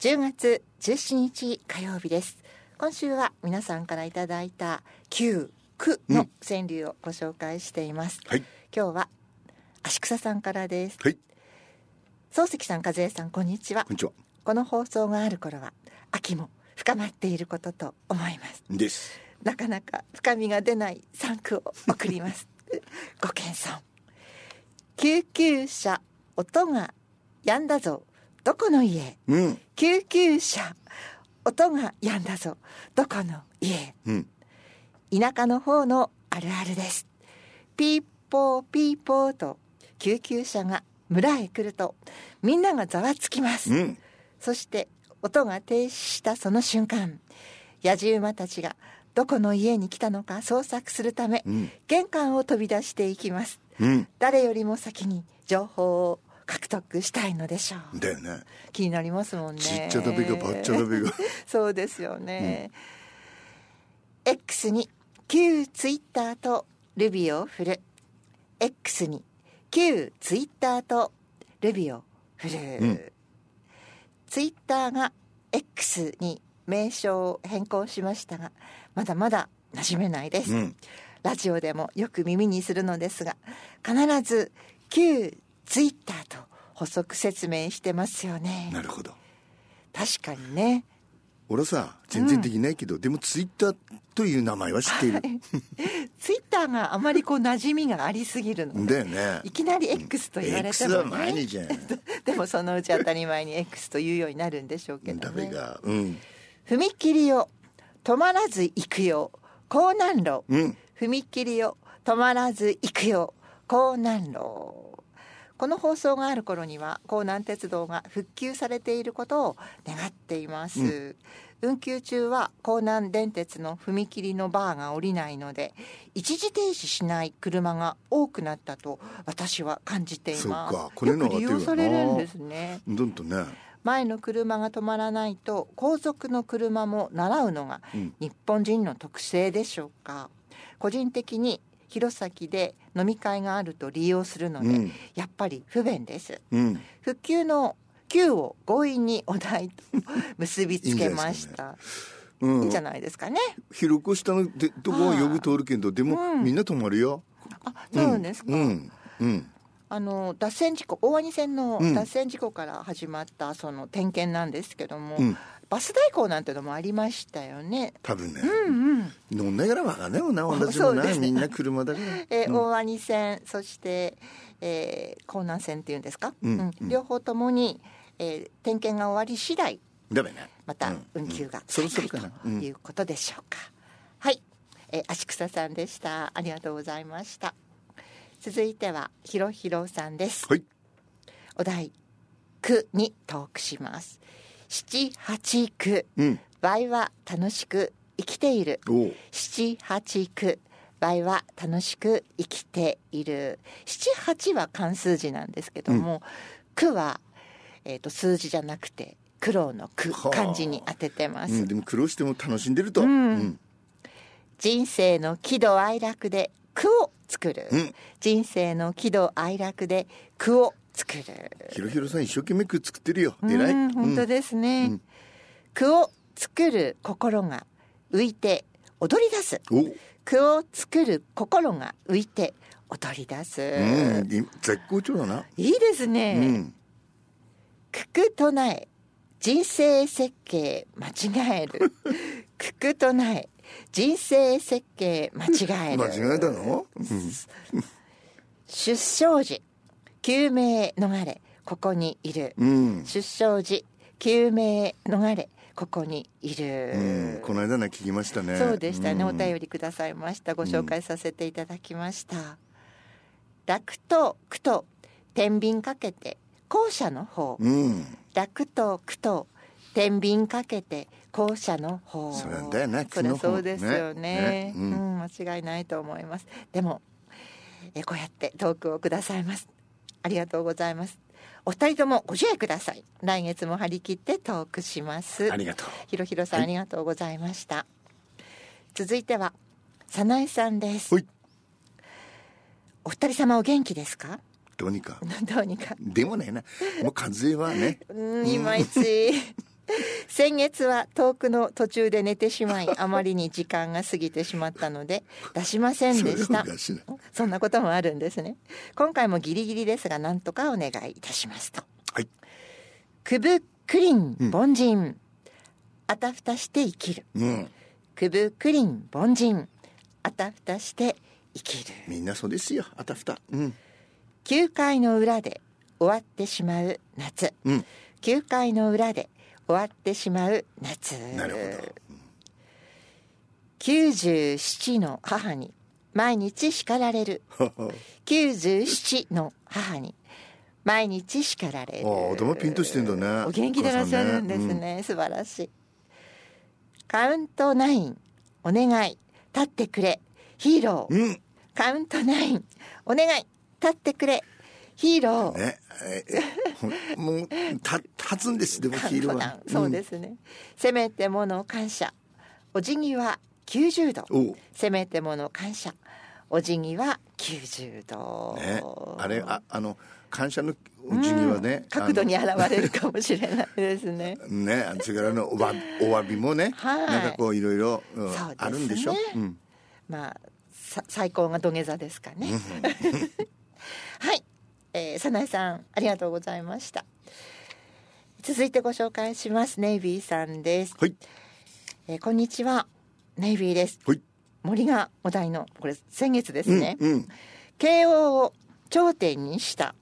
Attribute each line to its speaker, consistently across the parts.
Speaker 1: 10月17日火曜日です今週は皆さんからいただいた9区の川柳をご紹介しています、
Speaker 2: はい
Speaker 1: 今日は足草さんからです
Speaker 2: はい
Speaker 1: 漱石さん和江さんこんにちは
Speaker 2: こんにちは
Speaker 1: この放送がある頃は秋も深まっていることと思います
Speaker 2: です
Speaker 1: なかなか深みが出ない三句を送ります ご謙遜救急車音が止んだぞどこの家へ
Speaker 2: うん
Speaker 1: 救急車音が止んだぞどこの家へ
Speaker 2: うん
Speaker 1: 田舎の方のあるあるですピーポーピーポーと救急車が村へ来るとみんながざわつきます、
Speaker 2: うん
Speaker 1: そして音が停止したその瞬間野次馬たちがどこの家に来たのか捜索するため、
Speaker 2: うん
Speaker 1: 玄関を飛び出していきます
Speaker 2: うん
Speaker 1: 誰よりも先に情報を獲得したいのでしょう
Speaker 2: だよね
Speaker 1: 気になりますもんね
Speaker 2: ちっちゃだべかばっちゃだべか
Speaker 1: そうですよね。X に旧ツイッターとルビを振る。X に旧ツイッターとルビを振る。
Speaker 2: うん
Speaker 1: ツイッターが X に名称を変更しましたが、まだまだ馴染めないです。
Speaker 2: うん
Speaker 1: ラジオでもよく耳にするのですが、必ず旧ツイッターと補足説明してますよね。
Speaker 2: なるほど
Speaker 1: 確かにね。
Speaker 2: 俺さ全然できないけど、でもツイッターという名前は知っている、
Speaker 1: ツイッターがあまりこう馴染みがありすぎるの
Speaker 2: だ
Speaker 1: で
Speaker 2: よね
Speaker 1: いきなり X と言われて
Speaker 2: X
Speaker 1: も、
Speaker 2: は
Speaker 1: ね、
Speaker 2: 毎日じゃん
Speaker 1: でもそのうち当たり前に X というようになるんでしょうけど、
Speaker 2: だ
Speaker 1: ね
Speaker 2: べ、がうん
Speaker 1: 踏切を止まらず行くよ高難路、
Speaker 2: うん
Speaker 1: 踏切を止まらず行くよ高難路この放送がある頃には高南鉄道が復旧されていることを願っています、運休中は高南電鉄の踏切のバーが降りないので一時停止しない車が多くなったと私は感じています
Speaker 2: そうかこれ
Speaker 1: よ
Speaker 2: のは
Speaker 1: く利用されるんですね
Speaker 2: どんとね
Speaker 1: 前の車が止まらないと後続の車も習うのが
Speaker 2: うん
Speaker 1: 日本人の特性でしょうか個人的に弘前で飲み会があると利用するので、
Speaker 2: うん
Speaker 1: やっぱり不便です
Speaker 2: うん
Speaker 1: 復旧の旧を強引にお題と結びつけました
Speaker 2: う
Speaker 1: いい
Speaker 2: ん
Speaker 1: んじゃないですかね、
Speaker 2: 広くしたのでとこはよく通るけどでも、
Speaker 1: うん
Speaker 2: みんな止まるよ
Speaker 1: あそうなんですか、
Speaker 2: うんうん
Speaker 1: あの脱線事故大鰐線の
Speaker 2: うん
Speaker 1: 脱線事故から始まったその点検なんですけども、
Speaker 2: うん
Speaker 1: バス代行なんてのもありましたよね
Speaker 2: 多分ね、
Speaker 1: うんうん
Speaker 2: 飲んだからわかんないもんな同じもん
Speaker 1: そう
Speaker 2: な、
Speaker 1: ですね
Speaker 2: みんな車だから
Speaker 1: えー
Speaker 2: うん
Speaker 1: 大鰐線そして、えー、江南線っていうんですか、
Speaker 2: うんうん
Speaker 1: 両方ともに、えー点検が終わり次第
Speaker 2: ダメね
Speaker 1: また
Speaker 2: うん
Speaker 1: 運休が
Speaker 2: そろ
Speaker 1: 再
Speaker 2: そ
Speaker 1: 開
Speaker 2: ろかな
Speaker 1: ということでしょうか、はい、えー、足草さんでしたありがとうございました続いてはひろひろさんです
Speaker 2: はい
Speaker 1: お題区にトークします七八区
Speaker 2: うん
Speaker 1: ワイは楽しく生きている
Speaker 2: おう
Speaker 1: 七八九倍は楽しく生きている七八は漢数字なんですけども、九は、えー、と数字じゃなくて苦労の苦
Speaker 2: はあ
Speaker 1: 漢字に当ててま
Speaker 2: う
Speaker 1: す、
Speaker 2: ん、でも苦労しても楽しんでると
Speaker 1: う
Speaker 2: うんん
Speaker 1: 人生の喜怒哀楽で苦を作る、
Speaker 2: うん
Speaker 1: 人生の喜怒哀楽で苦を作る
Speaker 2: ひろひろさん一生懸命作ってるよ
Speaker 1: うん
Speaker 2: 偉い
Speaker 1: 本当
Speaker 2: で
Speaker 1: ですね、
Speaker 2: うん
Speaker 1: 苦を作る心が浮いて踊り出す
Speaker 2: おう
Speaker 1: 句を作る心が浮いて踊り出す、
Speaker 2: うんい絶好調だない
Speaker 1: いです
Speaker 2: う
Speaker 1: ね
Speaker 2: ん
Speaker 1: 「くく唱え人生設計間違え る」「くく唱え人生設計間違える」
Speaker 2: 間違えたのうん
Speaker 1: 出生時救命逃れここにいる
Speaker 2: うん
Speaker 1: 出生時救命逃れここにいる、
Speaker 2: うんこの間ね聞きましたね
Speaker 1: そうでしたね、
Speaker 2: うん
Speaker 1: お便りくださいましたご紹介させていただきました、楽と苦と天秤かけて後者の方、
Speaker 2: うん
Speaker 1: 楽と苦と天秤かけて後者の方
Speaker 2: そりゃだよね
Speaker 1: そりゃそうですよね
Speaker 2: ねね
Speaker 1: う
Speaker 2: うんん、
Speaker 1: 間違いないと思いますでもえこうやってトークをくださいますありがとうございますお二人ともご自愛ください来月も張り切ってトークします
Speaker 2: ありがとう
Speaker 1: ひろひろさん、
Speaker 2: は
Speaker 1: あ
Speaker 2: い
Speaker 1: りがとうございました。続いては、早苗さんです。
Speaker 2: はい
Speaker 1: お二人様お元気ですか
Speaker 2: どうにか
Speaker 1: どうにか。
Speaker 2: でもねなもう和江はね
Speaker 1: うーん、いまいち。先月は遠くの途中で寝てしま いあまりに時間が過ぎてしまったので出しませんでし
Speaker 2: それ
Speaker 1: た
Speaker 2: はおかしいな
Speaker 1: そんなこともあるんですね今回もギリギリですがなんとかお願いいたしますと
Speaker 2: はい
Speaker 1: くぶくりん
Speaker 2: うん
Speaker 1: 凡人、あたふたして生きる
Speaker 2: うん
Speaker 1: くぶくりん凡人あたふたして生きる
Speaker 2: みんなそうですよあたふたうん
Speaker 1: 9回の裏で終わってしまう夏
Speaker 2: うん
Speaker 1: 9回の裏で終わってしまう夏
Speaker 2: なるほど
Speaker 1: 97の母に毎日叱られる97の母に毎日叱られる
Speaker 2: ああ頭ピンとしてんだね
Speaker 1: お元気でいらっしゃるんですね素晴らしいカウントナインお願い立ってくれヒーロー
Speaker 2: うん
Speaker 1: カウントナインお願い立ってくれヒーロー、
Speaker 2: ねええ ほんもうた立つんですでも
Speaker 1: カウ
Speaker 2: ヒ
Speaker 1: ン
Speaker 2: ー
Speaker 1: ト
Speaker 2: ル
Speaker 1: ダウン
Speaker 2: は
Speaker 1: そうですね、せめてもの感謝お辞儀は90度
Speaker 2: うんおう
Speaker 1: せめてもの感謝お辞儀は90度、
Speaker 2: ねあれああの感謝のお辞儀はね
Speaker 1: 角度に
Speaker 2: あ
Speaker 1: 現れるかもしれないですね
Speaker 2: のねそれからの おわお詫びもね
Speaker 1: はい
Speaker 2: なんかこういろいろう
Speaker 1: そ
Speaker 2: ん
Speaker 1: うですね
Speaker 2: あるんでしょうん
Speaker 1: まあさ最高が土下座ですかね はい、えー、早苗さんありがとうございました続いてご紹介しますネイビーさんです、
Speaker 2: はい
Speaker 1: えーこんにちはネイビーです
Speaker 2: はい
Speaker 1: 森がお題のこれ先月です
Speaker 2: うん
Speaker 1: ね、
Speaker 2: うん
Speaker 1: 慶応を頂点にした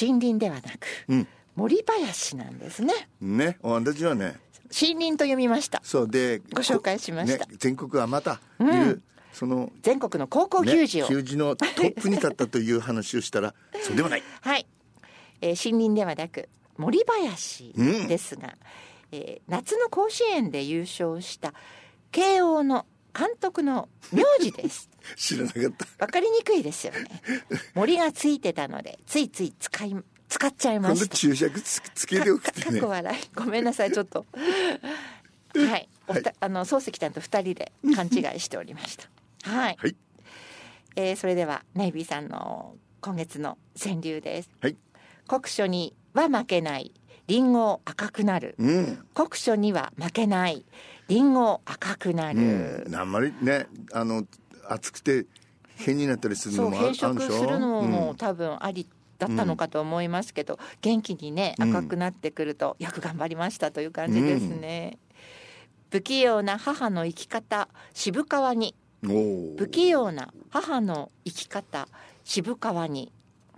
Speaker 1: 森林ではなく、
Speaker 2: うん
Speaker 1: 森林なんですね
Speaker 2: ね私はね
Speaker 1: 森林と読みました
Speaker 2: そうで
Speaker 1: ご紹介しました
Speaker 2: ね全国はまたいううその
Speaker 1: 全国の高校
Speaker 2: ね
Speaker 1: 球児を、
Speaker 2: 球児のトップに立ったという話 をしたらそうではない
Speaker 1: はい、えー森林ではなく森林
Speaker 2: うん
Speaker 1: ですが、えー夏の甲子園で優勝した慶応の監督の名字です。
Speaker 2: 知らなかった
Speaker 1: わかりにくいですよね。森がついてたのでついつい使い使っちゃいま
Speaker 2: 今度
Speaker 1: した。
Speaker 2: 注釈つつけておく
Speaker 1: か
Speaker 2: て
Speaker 1: かっ
Speaker 2: ね
Speaker 1: こ笑いごめんなさいちょっとはいおふたあの漱石さんと二人で勘違いしておりましたはい、
Speaker 2: はい
Speaker 1: えーそれではネイビーさんの今月の川柳です
Speaker 2: はい
Speaker 1: 酷暑には負けないリンゴ赤くなる
Speaker 2: うん
Speaker 1: 酷暑には負けないリンゴ赤くな
Speaker 2: う
Speaker 1: る、
Speaker 2: んあんまりねあの暑くて変になったりする
Speaker 1: そ
Speaker 2: の
Speaker 1: う
Speaker 2: もあある
Speaker 1: 変
Speaker 2: でしょ
Speaker 1: 色するの
Speaker 2: う
Speaker 1: も
Speaker 2: ん
Speaker 1: 多分ありだったのかと思いますけど、元気にね
Speaker 2: うん
Speaker 1: 赤くなってくると、よく頑張りましたという感じですね、不器用な母の生き方渋川に
Speaker 2: おお
Speaker 1: 不器用な母の生き方渋川に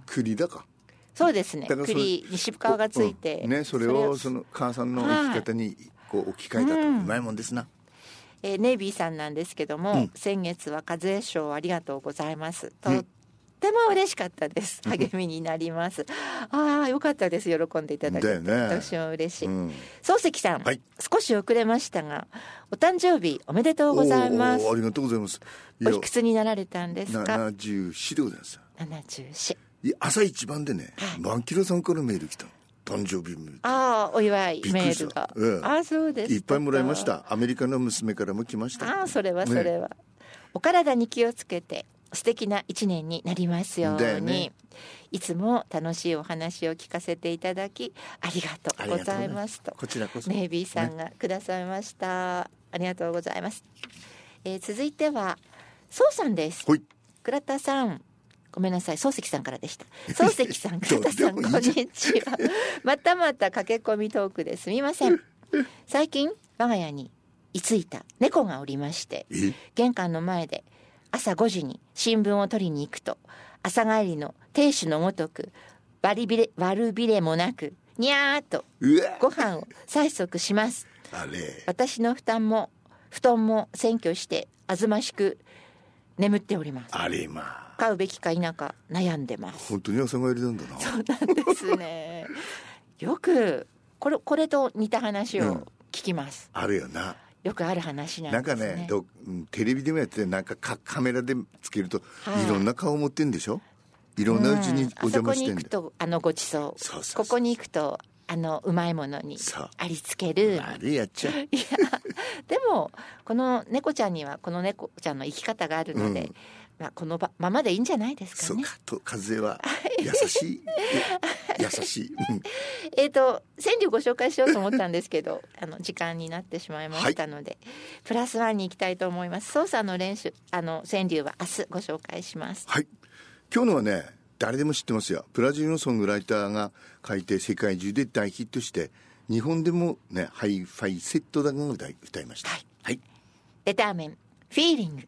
Speaker 2: 栗だか
Speaker 1: そうですね
Speaker 2: だからそれ
Speaker 1: 栗に渋川がついて、
Speaker 2: うんねそれをその母さんの生き方にこう置き換えたとう
Speaker 1: うん
Speaker 2: まいもんですな
Speaker 1: えーネイビーさんなんですけども、
Speaker 2: うん
Speaker 1: 先月は和江賞ありがとうございますとっても嬉しかったです励みになります ああよかったです喜んでいただけて
Speaker 2: だよね
Speaker 1: 私も嬉しい、
Speaker 2: うん
Speaker 1: 漱石さん、
Speaker 2: はい
Speaker 1: 少し遅れましたがお誕生日おめでとうございます
Speaker 2: おーありがとうございますい
Speaker 1: お
Speaker 2: や
Speaker 1: いくつになられたんですか
Speaker 2: 74でございます
Speaker 1: 74
Speaker 2: いや朝一番でね
Speaker 1: はい
Speaker 2: 万キロさんからメール来たの誕生日メール
Speaker 1: ああお祝い
Speaker 2: びっく
Speaker 1: メ
Speaker 2: り
Speaker 1: ー
Speaker 2: し
Speaker 1: ルが
Speaker 2: た、ええ
Speaker 1: ああそうですか
Speaker 2: いっぱいもらいましたアメリカの娘からも来ました
Speaker 1: ああそれはそれは、お体に気をつけて素敵な一年になりますよ
Speaker 2: だ
Speaker 1: う
Speaker 2: よ
Speaker 1: に、
Speaker 2: ね
Speaker 1: いつも楽しいお話を聞かせていただきありがとうございますと
Speaker 2: こちらこそ
Speaker 1: ネイビーさんがくださいました、ありがとうございます、えー続いてはそうさんです
Speaker 2: ほい
Speaker 1: 倉田さんごめんなさい漱石さんからで した漱石さん
Speaker 2: ど
Speaker 1: 倉
Speaker 2: う
Speaker 1: 田
Speaker 2: で
Speaker 1: さん
Speaker 2: も
Speaker 1: こ
Speaker 2: い
Speaker 1: ん
Speaker 2: い
Speaker 1: に
Speaker 2: じゃん
Speaker 1: ちはまたまた駆け込みトークですみません最近我が家に居ついた猫がおりまして
Speaker 2: え
Speaker 1: 玄関の前で朝5時に新聞を取りに行くと朝帰りの亭主のごとく割りびれ悪びれもなくにゃーっと
Speaker 2: うわ
Speaker 1: ご飯を催促します
Speaker 2: あれ
Speaker 1: 私の負担も布団も占拠してあずましく眠っております
Speaker 2: あれまあ
Speaker 1: 飼うべきか否か悩んでます
Speaker 2: 本当に朝帰りなんだな
Speaker 1: ですねよくこれこれと似た話
Speaker 2: うん
Speaker 1: を聞きます、
Speaker 2: あるよな
Speaker 1: よくある話な
Speaker 2: なんん
Speaker 1: で
Speaker 2: か
Speaker 1: すね
Speaker 2: ねどうんテレビでもやっててなんかかカメラでつけると
Speaker 1: はい
Speaker 2: いろんな顔持ってんでしょいろんなうちにお邪魔してん
Speaker 1: うんあそこに行
Speaker 2: だ
Speaker 1: く
Speaker 2: よ
Speaker 1: とあのごちそう
Speaker 2: そうそうそう
Speaker 1: ここに行くとあのうまいものに
Speaker 2: そう
Speaker 1: ありつける
Speaker 2: あれやっちゃう
Speaker 1: いやでもこの猫ちゃんにはこの猫ちゃんの生き方があるので、
Speaker 2: うん
Speaker 1: まあ、このばままでいいんじゃないですか
Speaker 2: そう
Speaker 1: ね。
Speaker 2: かと風は優し い優しい、うん
Speaker 1: えっ、と川柳ご紹介しようと思ったんですけど あの時間になってしまいましたので、プラスワンに行きたいと思います。操作の練習あの川柳は明日ご紹介します。
Speaker 2: はい今日のはね誰でも知ってますよブラジルのソングライターが書いて世界中で大ヒットして日本でもねハイファイセットだが歌い歌いました
Speaker 1: はい、
Speaker 2: はい、
Speaker 1: レターメンフィーリング